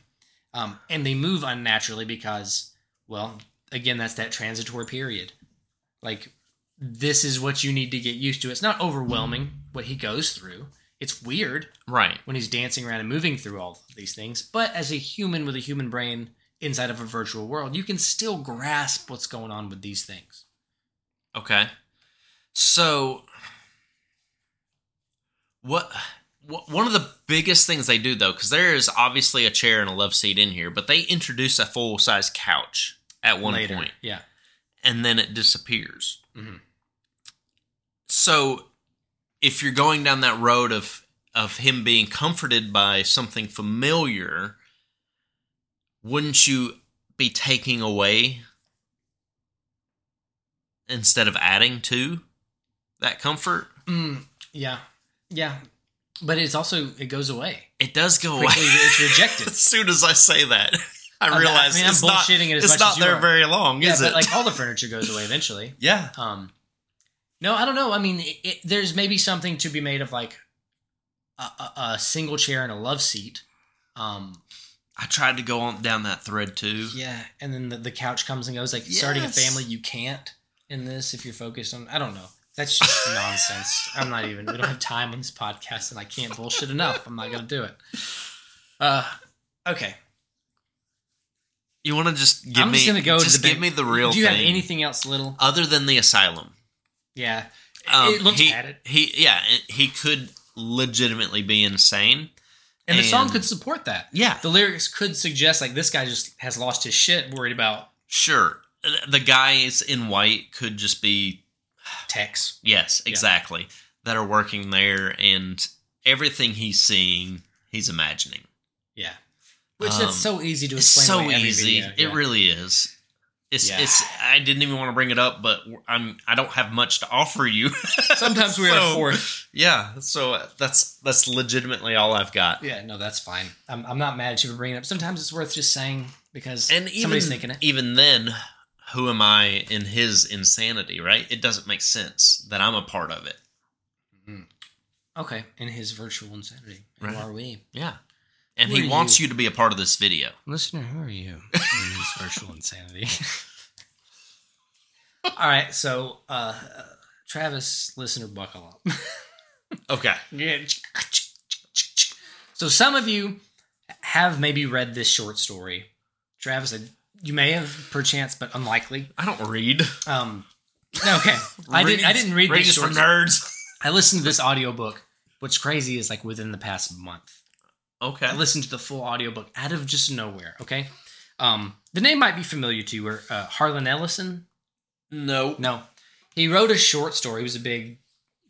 Um, and they move unnaturally because, well, again, that's that transitory period. Like, this is what you need to get used to. It's not overwhelming what he goes through. It's weird
Right.
when he's dancing around and moving through all of these things. But as a human with a human brain inside of a virtual world, you can still grasp what's going on with these things.
Okay. So what wh- one of the biggest things they do though cuz there is obviously a chair and a love seat in here, but they introduce a full-size couch at one
Later.
point.
Yeah.
and then it disappears.
Mhm.
So if you're going down that road of of him being comforted by something familiar, wouldn't you be taking away instead of adding to that comfort?
Mm, yeah, yeah, but it's also it goes away.
It does go away.
Quickly, it's rejected.
as soon as I say that, I
I'm-
realize
I mean, I'm
it's not,
bullshitting it as
it's
much
not
as you
there
are.
very long,
yeah,
is
but
it?
like all the furniture goes away eventually.
yeah.
Um, no, I don't know. I mean, it, it, there's maybe something to be made of like a, a, a single chair and a love seat. Um,
I tried to go on down that thread too.
yeah, and then the, the couch comes and goes. Like starting a
Yes.
family, you can't in this if you're focused on. I don't know. That's just nonsense. I'm not even. We don't have time on this podcast, and I can't bullshit enough. I'm not gonna do it. Uh, okay.
You want to just give
I'm
me
just gonna go to
just
the
give
big-
me the real
Do you
thing
have anything else, little?
other than the asylum.
Yeah,
Um,
it looks
he,
at it,
He yeah, it- he could legitimately be insane.
and the song
and-
could support that.
Yeah,
the lyrics could suggest like this guy just has lost his shit, worried about
sure. The guys in white could just be
Tex.
yes, exactly. That are working there and everything he's seeing, he's imagining.
Yeah, which
Um,
that's so easy to
It's
explain.
so
away every
easy.
video,
It
yeah.
really is. It's
Yeah.
it's. I didn't even want to bring it up, but I'm. I don't have much to offer you.
sometimes we are
So-
fourth.
Yeah, so that's that's legitimately all I've got.
Yeah, no, that's fine. I'm, I'm not mad at you for bringing it up. Sometimes it's worth just saying because
And even
somebody's thinking it.
even then, who am I in his insanity? Right? It doesn't make sense that I'm a part of it.
Okay, in his virtual insanity, who
Right.
are we,
Yeah, and
Who
he
are
wants you to be a part of this video.
listener? Who are you in his virtual insanity? All right, so uh, Travis, listener, buckle up.
Okay.
Yeah. So some of you have maybe read this short story. Travis, I- you may have perchance, but unlikely.
I don't read.
Um, no, okay. I didn't I
Reading's-
didn't read this
reading's for
short story.
nerds.
I listened to this audiobook. What's crazy is like within the past month.
Okay.
I listened to the full audiobook out of just nowhere, okay? Um, the name might be familiar to you, or uh, Harlan Ellison,
No.
no. He wrote a short story. He was a big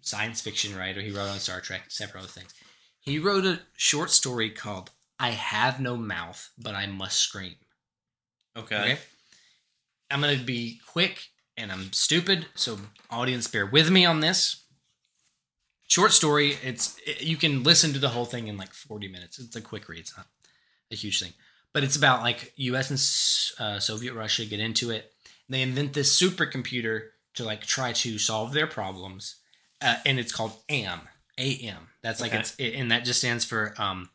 science fiction writer. He wrote on Star Trek, several other things. He wrote a short story called I Have No Mouth, But I Must Scream.
Okay.
Okay. I'm going to be quick and I'm stupid, so audience bear with me on this. Short story, it's it- you can listen to the whole thing in like 40 minutes. It's a quick read, it's not a huge thing. But it's about like US and S- uh, Soviet Russia get into it. They invent this supercomputer to like try to solve their problems. Uh, and it's called AM. AM. That's like
Okay.
it's it, and that just stands for um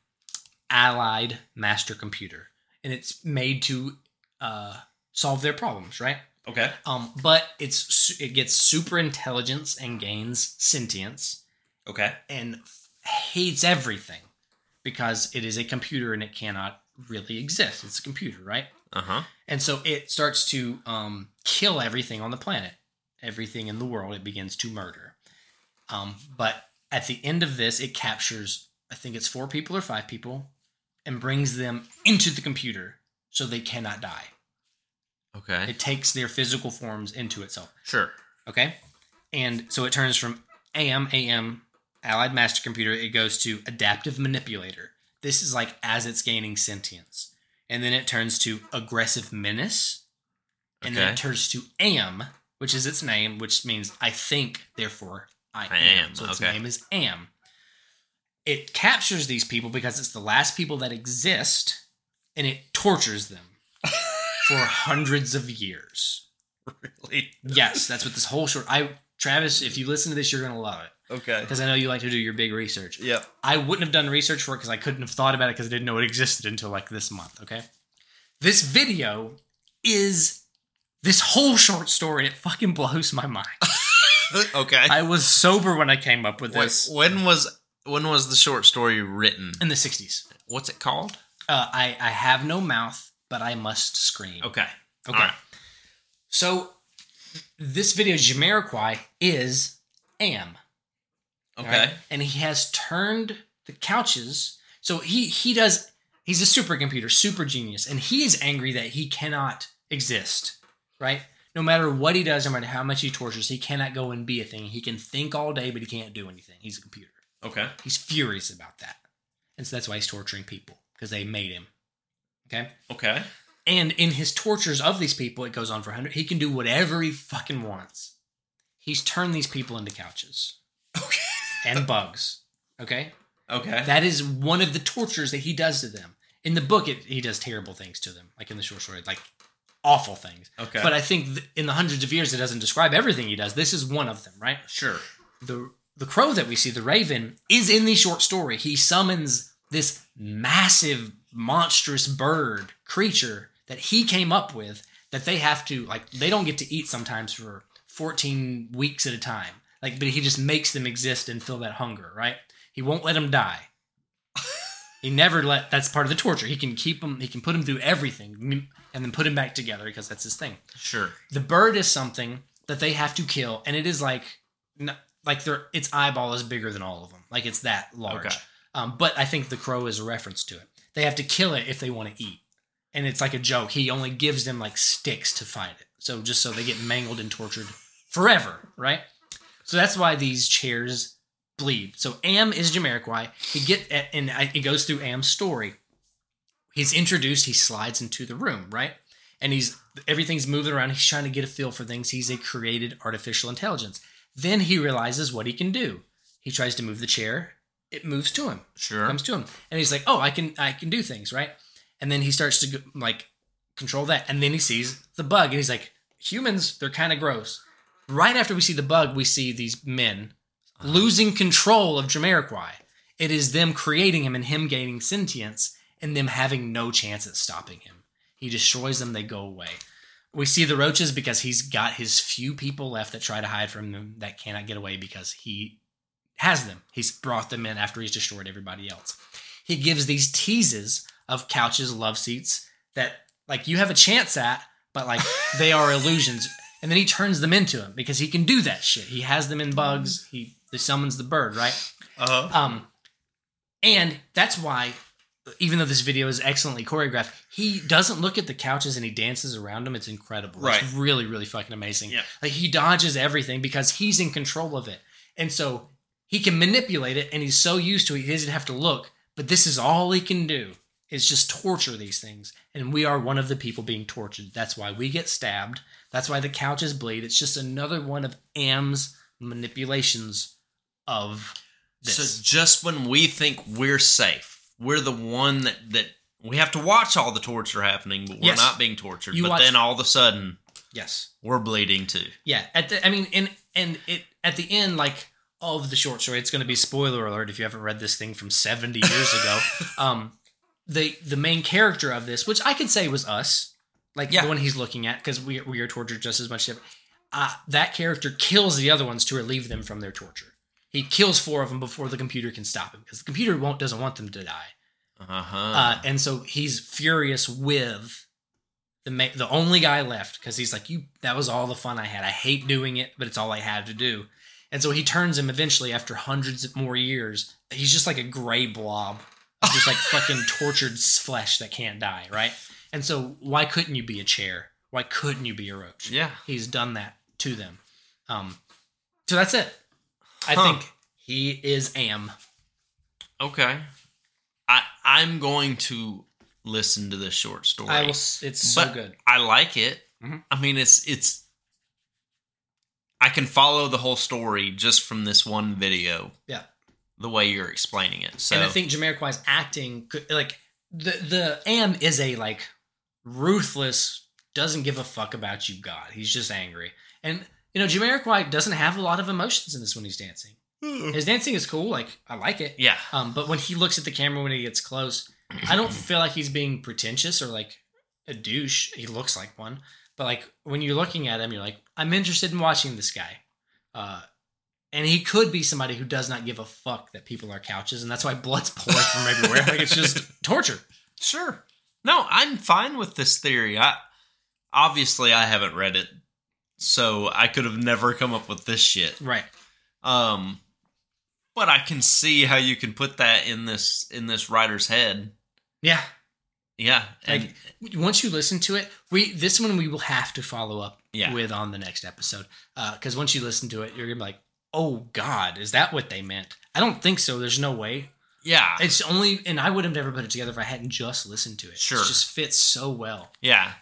Allied Master Computer. And it's made to uh, solve their problems, right?
Okay.
Um, but it's su- it gets super intelligence and gains sentience
Okay.
and f- hates everything because it is a computer and it cannot really exist. It's a computer, right?
Uh huh.
And so it starts to um, kill everything on the planet, everything in the world. It begins to murder. Um, but at the end of this, it captures, I think it's four people or five people, and brings them into the computer so they cannot die.
Okay.
It takes their physical forms into itself.
Sure.
Okay. And so it turns from AM, AM, Allied Master Computer, it goes to Adaptive Manipulator. This is like as it's gaining sentience. And then it turns to Aggressive Menace. And then
Okay.
it turns to AM, which is its name, which means I think, therefore I,
I
am.
am,
So its
okay.
name is AM. It captures these people because it's the last people that exist and it tortures them for hundreds of years.
Really?
Yes, that's what this whole short. I Travis, if you listen to this, you're gonna love it
Okay.
because I know you like to do your big research.
Yep.
I wouldn't have done research for it because I couldn't have thought about it because I didn't know it existed until like this month. Okay, this video is this whole short story. It fucking blows my mind.
okay.
I was sober when I came up with
Wait,
this
when was when was the short story written?
in the '60s.
What's it called?
Uh, I I have no mouth, but I must scream.
Okay.
Okay.
Oh, Alright.
So this video, Jamiroquai, is am.
Okay.
right? And he has turned the couches. So he he does he's a supercomputer, super genius, and he is angry that he cannot exist, right? no matter what he does, no matter how much he tortures, he cannot go and be a thing. He can think all day, but he can't do anything. He's a computer.
Okay.
He's furious about that. And so that's why he's torturing people because they made him. Okay.
Okay.
And in his tortures of these people, it goes on for 100. He can do whatever he fucking wants. He's turned these people into couches
Okay.
and bugs. Okay.
Okay.
That is one of the tortures that he does to them. In the book, it, he does terrible things to them, like in the short story, like awful things.
okay.
But I think th- in the hundreds of years, it doesn't describe everything he does. This is one of them, right?
sure.
the the crow that we see, the raven, is in the short story. He summons this massive, monstrous bird creature that he came up with that they have to like they don't get to eat sometimes for 14 weeks at a time. Like, but he just makes them exist and fill that hunger, right? He won't let them die. he never let that's part of the torture. He can keep them, he can put them through everything and then put them back together because that's his thing
Sure.
the bird is something that they have to kill and it is like n- like their its eyeball is bigger than all of them like it's that large
Okay.
um, but i think the crow is a reference to it they have to kill it if they want to eat and it's like a joke he only gives them like sticks to fight it so just so they get mangled and tortured forever right so that's why these chairs bleed so am is jamiroquai he get and I- it goes through am's story he's introduced he slides into the room right and he's everything's moving around. He's trying to get a feel for things. He's a created artificial intelligence. Then he realizes what he can do. He tries to move the chair. It moves to him.
Sure.
Comes to him, and he's like, "Oh, I can, I can do things, right?" And then he starts to go, like control that, and then he sees the bug, and he's like, "Humans, they're kind of gross." Right after we see the bug, we see these men losing control of Jamiroquai. It is them creating him and him gaining sentience, and them having no chance at stopping him. He destroys them; they go away. We see the roaches because he's got his few people left that try to hide from them that cannot get away because he has them. He's brought them in after he's destroyed everybody else. He gives these teases of couches, love seats that like you have a chance at, but like they are illusions. And then he turns them into him because he can do that shit. He has them in bugs. He, he summons the bird, right?
Uh-huh.
Um, and that's why, even though this video is excellently choreographed, he doesn't look at the couches and he dances around them. It's incredible.
Right.
It's really, really fucking amazing.
Yeah.
Like he dodges everything because he's in control of it. And so he can manipulate it and he's so used to it, he doesn't have to look. But this is all he can do is just torture these things. And we are one of the people being tortured. That's why we get stabbed. That's why the couches bleed. It's just another one of Am's manipulations of this.
So just when we think we're safe, we're the one that that we have to watch all the torture happening, but we're
Yes.
not being tortured.
You
but
watch-
then all of a sudden,
yes.
we're bleeding too.
Yeah, at the I mean, and and it at the end, like of the short story, it's going to be spoiler alert if you haven't read this thing from seventy years ago. Um, the the main character of this, which I could say was us, like
Yeah.
the one he's looking at, because we we are tortured just as much. as- Uh, that character kills the other ones to relieve them from their torture. He kills four of them before the computer can stop him because the computer won't doesn't want them to die.
Uh-huh.
Uh, and so he's furious with the ma- the only guy left because he's like, "You, that was all the fun I had. I hate doing it, but it's all I had to do." And so he turns him eventually after hundreds of more years. He's just like a gray blob, of just like fucking tortured s- flesh that can't die, right? And so why couldn't you be a chair? Why couldn't you be a roach?
yeah.
He's done that to them. Um, so that's it. I
Huh.
think he is am.
Okay. I I'm going to listen to this short story.
I will. s- It's so
But
good.
I like it.
Mhm.
I mean, it's it's. I can follow the whole story just from this one video.
Yeah.
The way you're explaining it, so
and I think Jamiroquai's acting could like the the Am is a like ruthless, doesn't give a fuck about you God. He's just angry. And you know, Jamiroquai doesn't have a lot of emotions in this when he's dancing. His dancing is cool, like I like it.
yeah,
Um, but when he looks at the camera when he gets close, I don't feel like he's being pretentious or like a douche. He looks like one, but like when you're looking at him, you're like, I'm interested in watching this guy. Uh, and he could be somebody who does not give a fuck that people are couches, and that's why blood's pouring from everywhere. Like it's just torture.
sure. No, I'm fine with this theory. I obviously I haven't read it, so I could have never come up with this shit.
Right.
Um, but I can see how you can put that in this in this writer's head.
Yeah.
Yeah. And
Like once you listen to it, we this one we will have to follow up
Yeah.
with on the next episode because once you listen to it, you're gonna be like, "Oh God, is that what they meant?" I don't think so. There's no way.
yeah.
It's only, and I would have never put it together if I hadn't just listened to it.
Sure.
it just fits so well.
Yeah.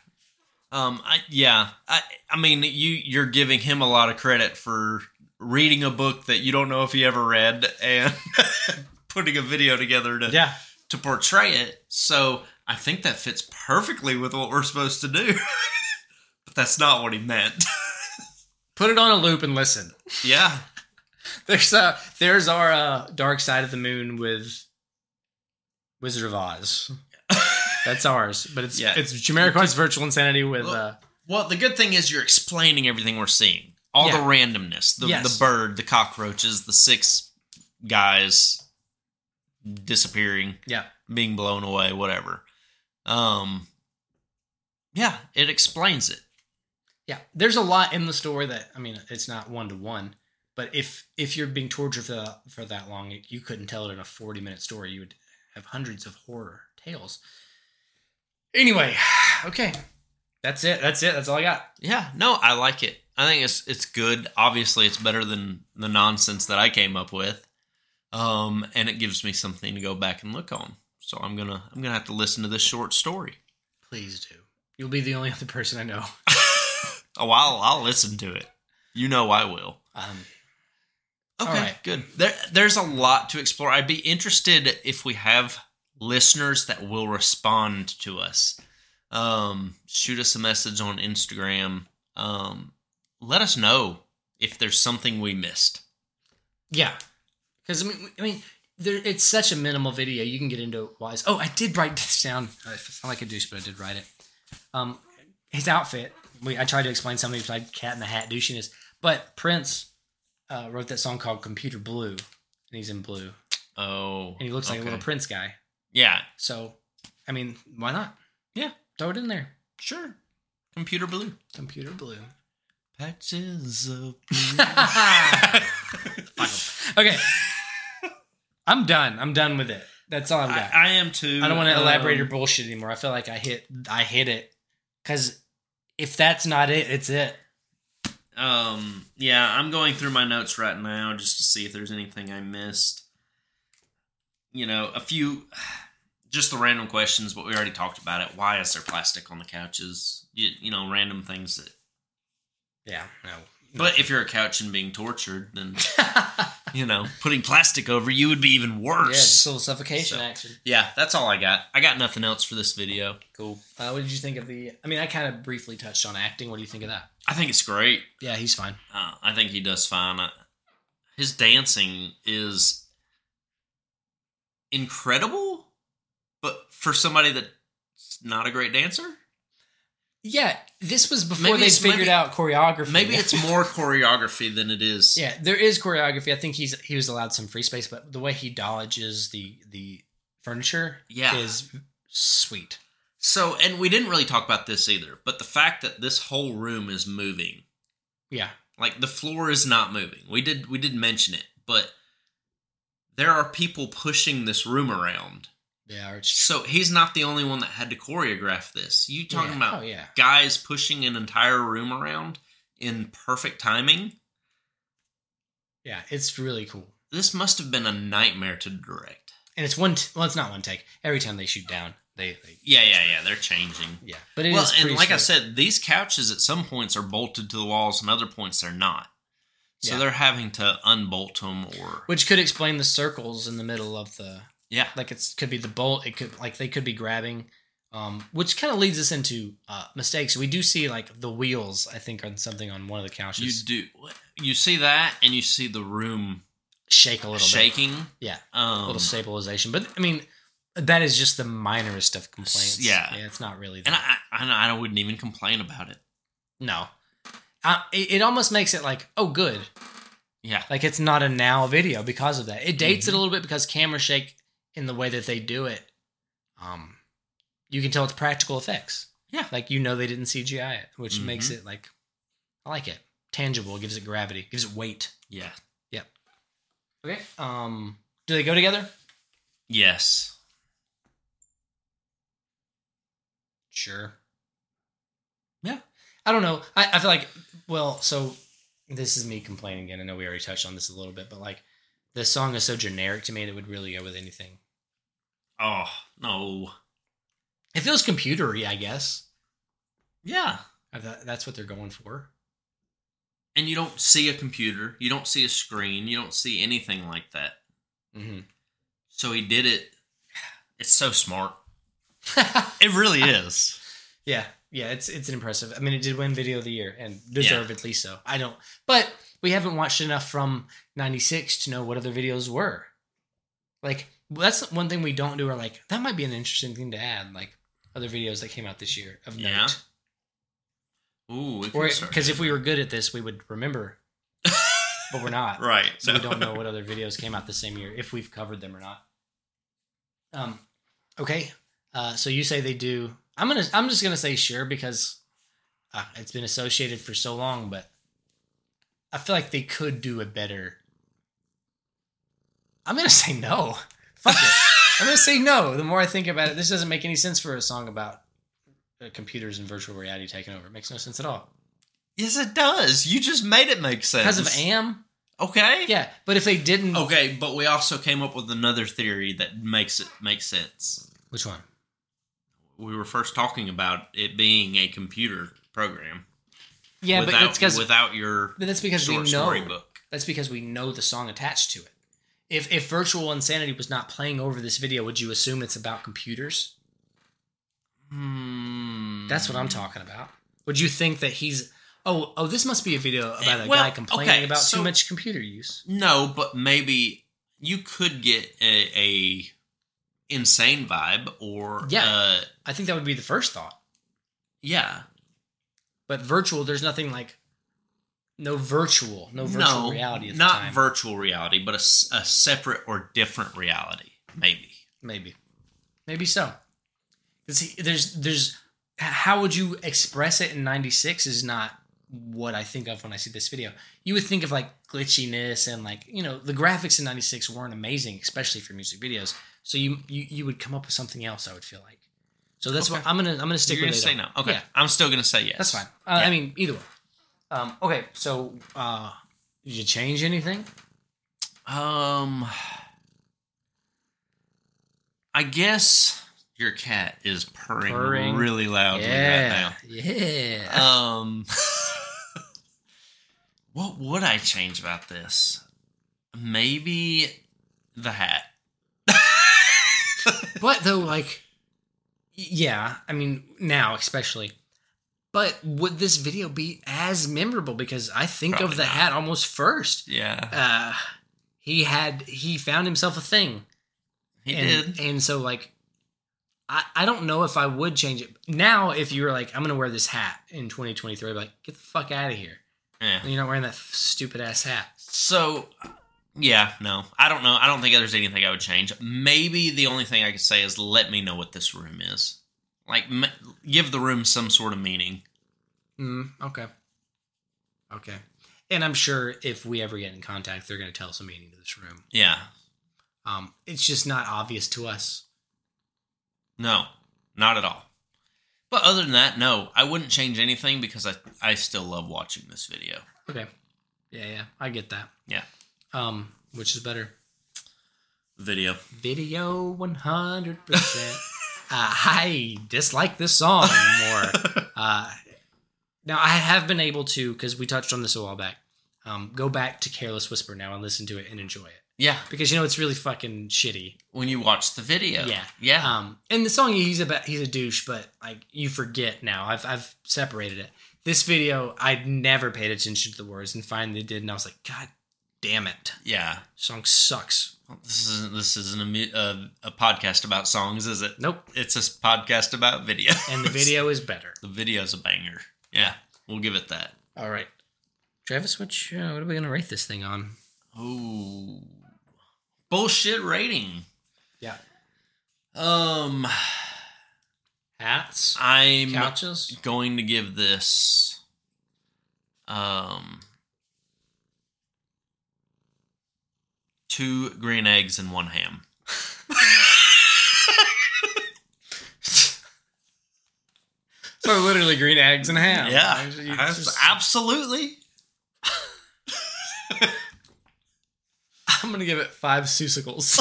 Um I yeah. I I mean you you're giving him a lot of credit for reading a book that you don't know if he ever read and putting a video together to
Yeah,
to portray it. So I think that fits perfectly with what we're supposed to do. but that's not what he meant.
put it on a loop and listen.
yeah.
There's uh there's our uh, Dark Side of the Moon with Wizard of Oz. That's ours, but it's
Yeah.
it's Jamiroquai's Virtual Insanity with uh,
Well, the good thing is you're explaining everything we're seeing. All the
Yeah.
randomness, the
Yes.
the bird, the cockroaches, the six guys disappearing.
yeah.
being blown away, whatever. Um, yeah, it explains it.
Yeah, there's a lot in the story that I mean, it's not one to one, but if if you're being tortured for that, for that long, it- you couldn't tell it in a 40 minute story. You would have hundreds of horror tales. Anyway, okay, that's it. That's it. That's all I got.
Yeah, no, I like it. I think it's it's good. Obviously, it's better than the nonsense that I came up with. Um, and it gives me something to go back and look on. So I'm gonna I'm gonna have to listen to this short story.
Please do. You'll be the only other person I know.
Oh, I'll I'll listen to it. You know I will.
Um,
Okay,
All right.
good. There, there's a lot to explore. I'd be interested if we have listeners that will respond to us. Um, shoot us a message on Instagram. Um, let us know if there's something we missed.
yeah, because I mean, I mean, there, it's such a minimal video. You can get into wise. Oh, I did write this down. I sound like a douche, but I did write it. um, his outfit. We, I tried to explain something besides Cat in the Hat douchiness, but Prince uh, wrote that song called Computer Blue, and he's in blue,
Oh,
and he looks like a
okay.
little Prince guy.
Yeah,
So, I mean, why not?
Yeah.
throw it in there.
sure. Computer blue
Computer Blue.
patches of
okay, I'm done. I'm done with it. That's all I've
I,
got.
I am too.
I don't want to elaborate your
um,
bullshit anymore. I feel like I hit I hit it because if that's not it, it's it.
Um, yeah, I'm going through my notes right now just to see if there's anything I missed. You know, a few, just the random questions, but we already talked about it. Why is there plastic on the couches? You, you know, random things that.
Yeah. No.
But if you're a couch and being tortured, then you know putting plastic over you would be even
yeah, just
worse.
a little suffocation
So-
action.
yeah, that's all I got. I got nothing else for this video.
Cool. Uh, what did you think of the? I mean, I kind of briefly touched on acting. What do you think of that?
I think it's great.
Yeah, he's fine.
Uh, I think he does fine. Uh, his dancing is incredible, but for somebody that's not a great dancer,
Yeah, this was before
Maybe
they
it's-
figured
maybe-
out choreography.
maybe it's more choreography than it is.
yeah, there is choreography. I think he's he was allowed some free space, but the way he dodges the the furniture
Yeah.
is sweet.
So, and we didn't really talk about this either, but the fact that this whole room is moving,
Yeah,
like the floor is not moving. We did we did mention it, but there are people pushing this room around.
yeah. Or it's,
So he's not the only one that had to choreograph this. You talking
yeah.
about
Oh yeah.
guys pushing an entire room around in perfect timing.
Yeah, it's really cool.
This must have been a nightmare to direct.
And it's one. T- well, it's not one take. Every time they shoot down, they, they
Yeah, yeah, yeah. They're changing.
yeah. But it is
well, and
pretty
like I
sweet.
said, these couches at some points are bolted to the walls, and other points they're not. So
Yeah.
they're having to unbolt them, or
which could explain the circles in the middle of the
yeah,
like it's could be the bolt it could like they could be grabbing um which kind of leads us into uh mistakes we do see like the wheels i think on something on one of the
you
couches
do. You see that, and you see the room
shake a little bit
shaking.
Yeah. a
um,
little stabilization but i mean that is just the minorest of complaints
yeah.
it's not really
and
that.
I, I, I wouldn't even complain about it.
no uh, it, it almost makes it like oh good
Yeah,
like it's not a now video because of that it dates it a little bit because camera shake in the way that they do it um you can tell it's practical effects
Yeah.
like you know they didn't cgi it which makes
Mhm.
it like i like it tangible gives it gravity gives it weight
yeah,
okay um do they go together
yes.
Sure. Yeah. I don't know. I, I feel like, well, so this is me complaining again. I know we already touched on this a little bit, but like the song is so generic to me that it would really go with anything.
Oh no.
It feels computery, I guess.
Yeah.
I thought That's what they're going for.
And you don't see a computer. You don't see a screen. You don't see anything like that.
Mm-hmm.
So he did it. It's so smart. It really is.
yeah, yeah, it's it's an impressive. I mean, it did win Video of the Year and deservedly so. I don't, but we haven't watched enough from '96 to know what other videos were. Like that's one thing we don't do. Are like that might be an interesting thing to add, like other videos that came out this year of
Yeah.
note.
Ooh, we
Or
could start-
because if we were good at this, we would remember, but we're not.
right,
so we don't know what other videos came out the same year if we've covered them or not um okay uh so you say they do i'm gonna i'm just gonna say sure because uh, it's been associated for so long but i feel like they could do a better i'm gonna say no fuck it i'm gonna say no the more i think about it this doesn't make any sense for a song about uh, computers and virtual reality taking over it makes no sense at all
yes, it does. You just made it make sense. Oh.
because of am
Okay.
yeah but if they didn't
Okay, but we also came up with another theory that makes it make sense.
which one
We were first talking about it being a computer program.
yeah
without,
but it's because
without your
But that's because
short
we know.
storybook.
That's because we know the song attached to it. If if Virtual Insanity was not playing over this video, would you assume it's about computers?
Hmm.
That's what I'm talking about. Would you think that he's oh oh this must be a video about a
Well,
guy complaining
okay,
about
so-
too much computer use?
No, but maybe you could get a, a insane vibe or
Yeah.
uh,
I think that would be the first thought.
yeah.
But virtual, there's nothing like no virtual, no virtual reality at the
not
time.
virtual reality, but a, s- a separate or different reality, maybe.
Maybe, maybe so. 'Cause he- there's there's h- how would you express it in '96 is not what I think of when I see this video. You would think of like glitchiness and like you know the graphics in '96 weren't amazing, especially for music videos. So you you you would come up with something else. I would feel like. So that's
Okay.
what I'm gonna I'm gonna stick
You're gonna
with. it
say
on.
no. Okay,
Yeah.
I'm still gonna say yes.
That's fine. Uh,
Yeah.
I mean, either way. Um, okay, so uh, did you change anything?
Um, I guess your cat is purring,
Purring.
really loudly
yeah,
right
yeah.
now. Um, what would I change about this? Maybe the hat.
But though, like, y- yeah, I mean, now especially. But would this video be as memorable? Because I think
Probably
of the
not.
hat almost first.
Yeah,
Uh, he had he found himself a thing,
he
and
did.
and so like, I I don't know if I would change it now. If you were like, I'm gonna wear this hat in 2023, I'd be like, get the fuck out of here!
Yeah.
You're not wearing that stupid ass hat.
So, yeah, no, I don't know. I don't think there's anything I would change. Maybe the only thing I could say is let me know what this room is. Like, m- give the room some sort of meaning.
Mm, okay. Okay. And I'm sure if we ever get in contact, they're going to tell us a meaning to this room.
Yeah.
Um, it's just not obvious to us.
No, not at all. But other than that, no, I wouldn't change anything because I, I still love watching this video.
Okay. Yeah, yeah, I get that.
Yeah.
Um, which is better?
Video.
Video 100%. uh, I dislike this song more. uh, now, I have been able to, because we touched on this a while back, um, go back to Careless Whisper now and listen to it and enjoy it.
Yeah,
Because, you know, it's really fucking shitty.
when you watch the video.
Yeah.
Yeah.
Um, and the song he's about he's a douche, but like you forget now. I've I've separated it. This video, I never paid attention to the words, and finally did, and I was like, God damn it,
yeah.
song sucks.
Well, this isn't this isn't a, mu- a, a podcast about songs, is it?
Nope.
It's a s- podcast about video.
And the video is better.
the video's a banger. Yeah, we'll give it that.
All right, Travis, which uh, what are we gonna rate this thing on?
Oh, bullshit rating.
Yeah,
Um,
hats,
I'm
couches.
going to give this um two green eggs and one ham.
They're literally green eggs and ham.
yeah,
Like, you
Abs-
just-
absolutely.
I'm gonna give it five susicles.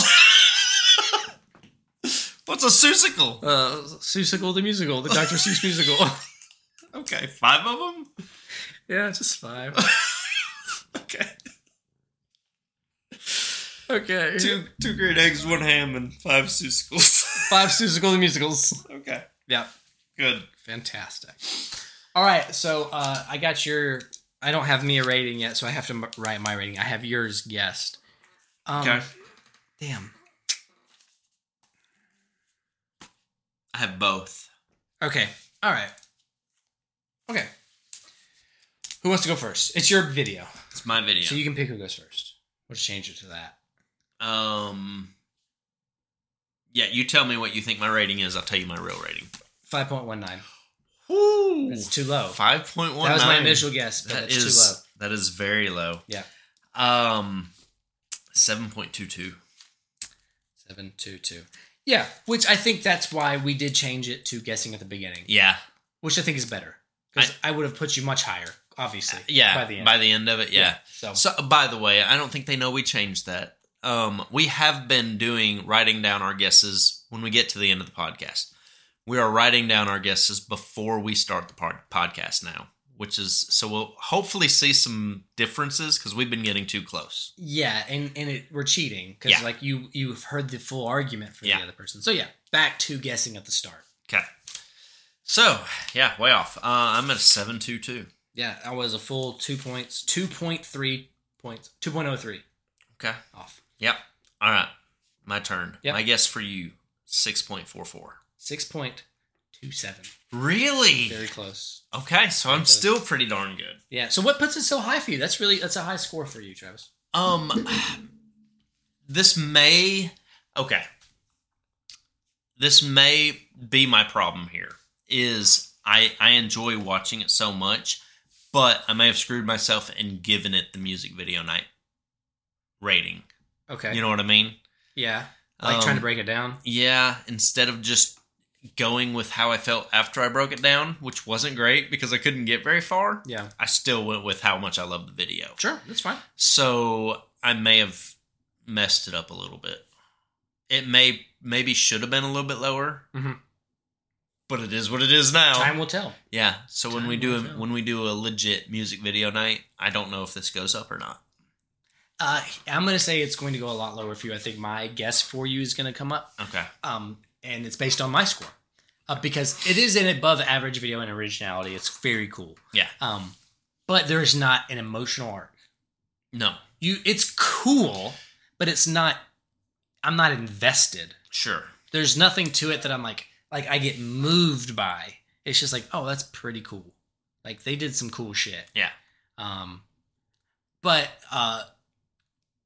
What's a susicle?
Uh, susicle the musical, the Dr. Seuss musical.
Okay, five of them.
yeah, just five.
Okay,
Okay,
two two green eggs, one ham, and five susicles.
five susicle the musicals.
okay,
Yeah,
good.
fantastic. All right, so uh, I got your. I don't have me a rating yet, so I have to m- write my rating. I have yours guessed. Um,
Okay,
Damn.
I have both.
Okay. All right. Okay. Who wants to go first? It's your video,
It's my video.
so you can pick who goes first. We'll just change it to that.
um, yeah, you tell me what you think my rating is. I'll tell you my real rating.
Five point one nine.
Woo!
That's too low.
Five point one.
that was my initial guess, but
That
that's
is
too low.
that is very low.
Yeah.
Um, seven point two two.
Seven two two. Yeah, which I think that's why we did change it to guessing at the beginning,
Yeah,
which I think is better because I, would have put you much higher, obviously.
Uh, yeah.
by the end.
of it, yeah.
So,
So, by the way, I don't think they know we changed that. Um, we have been doing writing down our guesses when we get to the end of the podcast. We are writing down our guesses before we start the pod- podcast now, which is so we'll hopefully see some differences because we've been getting too close.
yeah, and and it, we're cheating because
Yeah.
like you you've heard the full argument from
Yeah.
the other person. So yeah, back to guessing at the start.
Okay. So yeah, way off. Uh, I'm at a seven two two.
Yeah, I was a full two points, two point three points, two point oh three
Okay.
off.
Yep. All right. My turn.
Yep.
My guess for you, six point four four.
Six point two seven,
Really?
very close.
Okay, so I'm
Okay.
still pretty darn good.
Yeah. So what puts it so high for you? That's really that's a high score for you, Travis.
Um this may okay. This may be my problem here is I I enjoy watching it so much, but I may have screwed myself and given it the music video night rating.
Okay.
You know what I mean?
yeah. Like trying
Um,
to break it down.
Yeah, instead of just going with how I felt after I broke it down, which wasn't great because I couldn't get very far,
Yeah.
I still went with how much I loved the video.
Sure, that's fine.
So I may have messed it up a little bit. It may maybe should have been a little bit lower,
Mhm.
but it is what it is now.
Time will tell.
yeah. So when
time
we do
will
a,
tell.
when we do a legit music video night, I don't know if this goes up or not.
Uh, I'm gonna say it's going to go a lot lower for you. I think my guess for you is gonna come up,
Okay.
um, and it's based on my score, uh, because it is an above average video in originality. It's very cool.
Yeah.
Um, but there is not an emotional arc.
No.
You, it's cool, but it's not. I'm not invested.
Sure.
There's nothing to it that I'm like, like I get moved by. It's just like, oh, that's pretty cool. Like they did some cool shit.
Yeah.
Um, but uh,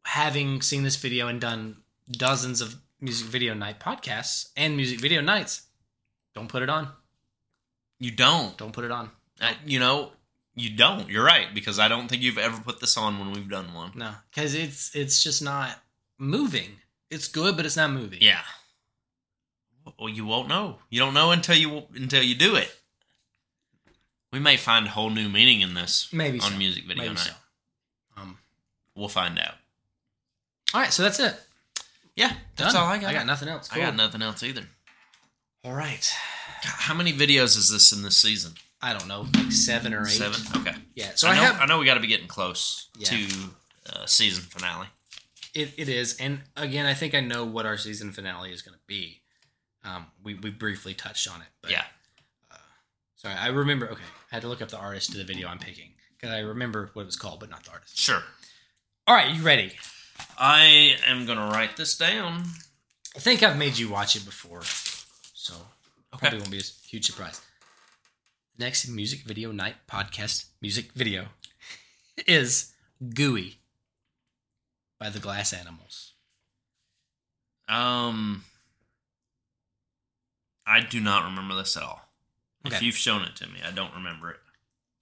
having seen this video and done dozens of music video night podcasts and music video nights, don't put it on.
You don't.
Don't put it on.
I, you know, you don't. You're right because I don't think you've ever put this on when we've done one.
No, because it's it's just not moving. It's good, but it's not moving.
Yeah. Well, you won't know. You don't know until you until you do it. We may find whole new meaning in this
maybe
on
so.
music video
Maybe
night.
so. Um,
We'll find out.
all right, so that's it.
Yeah, that's
Done.
all I got.
I got nothing else.
I got nothing else either.
All right.
God, How many videos is this in this season?
I don't know, like seven or eight.
Seven. Okay.
Yeah. So
I
I,
know.
have
I know we got to be getting close
Yeah.
to uh, season finale.
it, it is, and again, I think I know what our season finale is going to be. Um, we we briefly touched on it, but
yeah.
Sorry, I remember. Okay, I had to look up the artist to the video I'm picking because I remember what it was called, but not the artist.
Sure.
All right, you ready?
I am gonna write this down.
I think I've made you watch it before, so
Okay.
probably won't be a huge surprise. Next music video night podcast music video is "Gooey" by the Glass Animals.
Um, I do not remember this at all. If
Okay.
you've shown it to me, I don't remember it.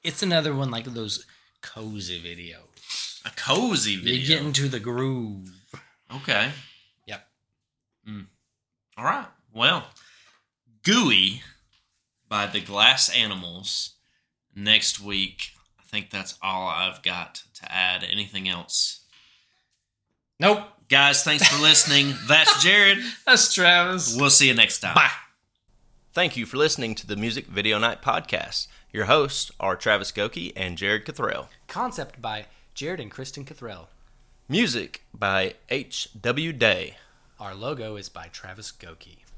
It's another one like those cozy videos.
A cozy
You
video.
get into the groove.
okay.
Yep.
Mm. All right. Well, Gooey by the Glass Animals. Next week, I think that's all I've got to add. Anything else?
Nope.
Guys, thanks for listening. That's Jared.
That's Travis.
We'll see you next time.
Bye.
Thank you for listening to the Music Video Night Podcast. Your hosts are Travis Goki and Jared Cathrell.
Concept by Jared and Kristen Cathrell.
Music by H.W. Day.
Our logo is by Travis Goki.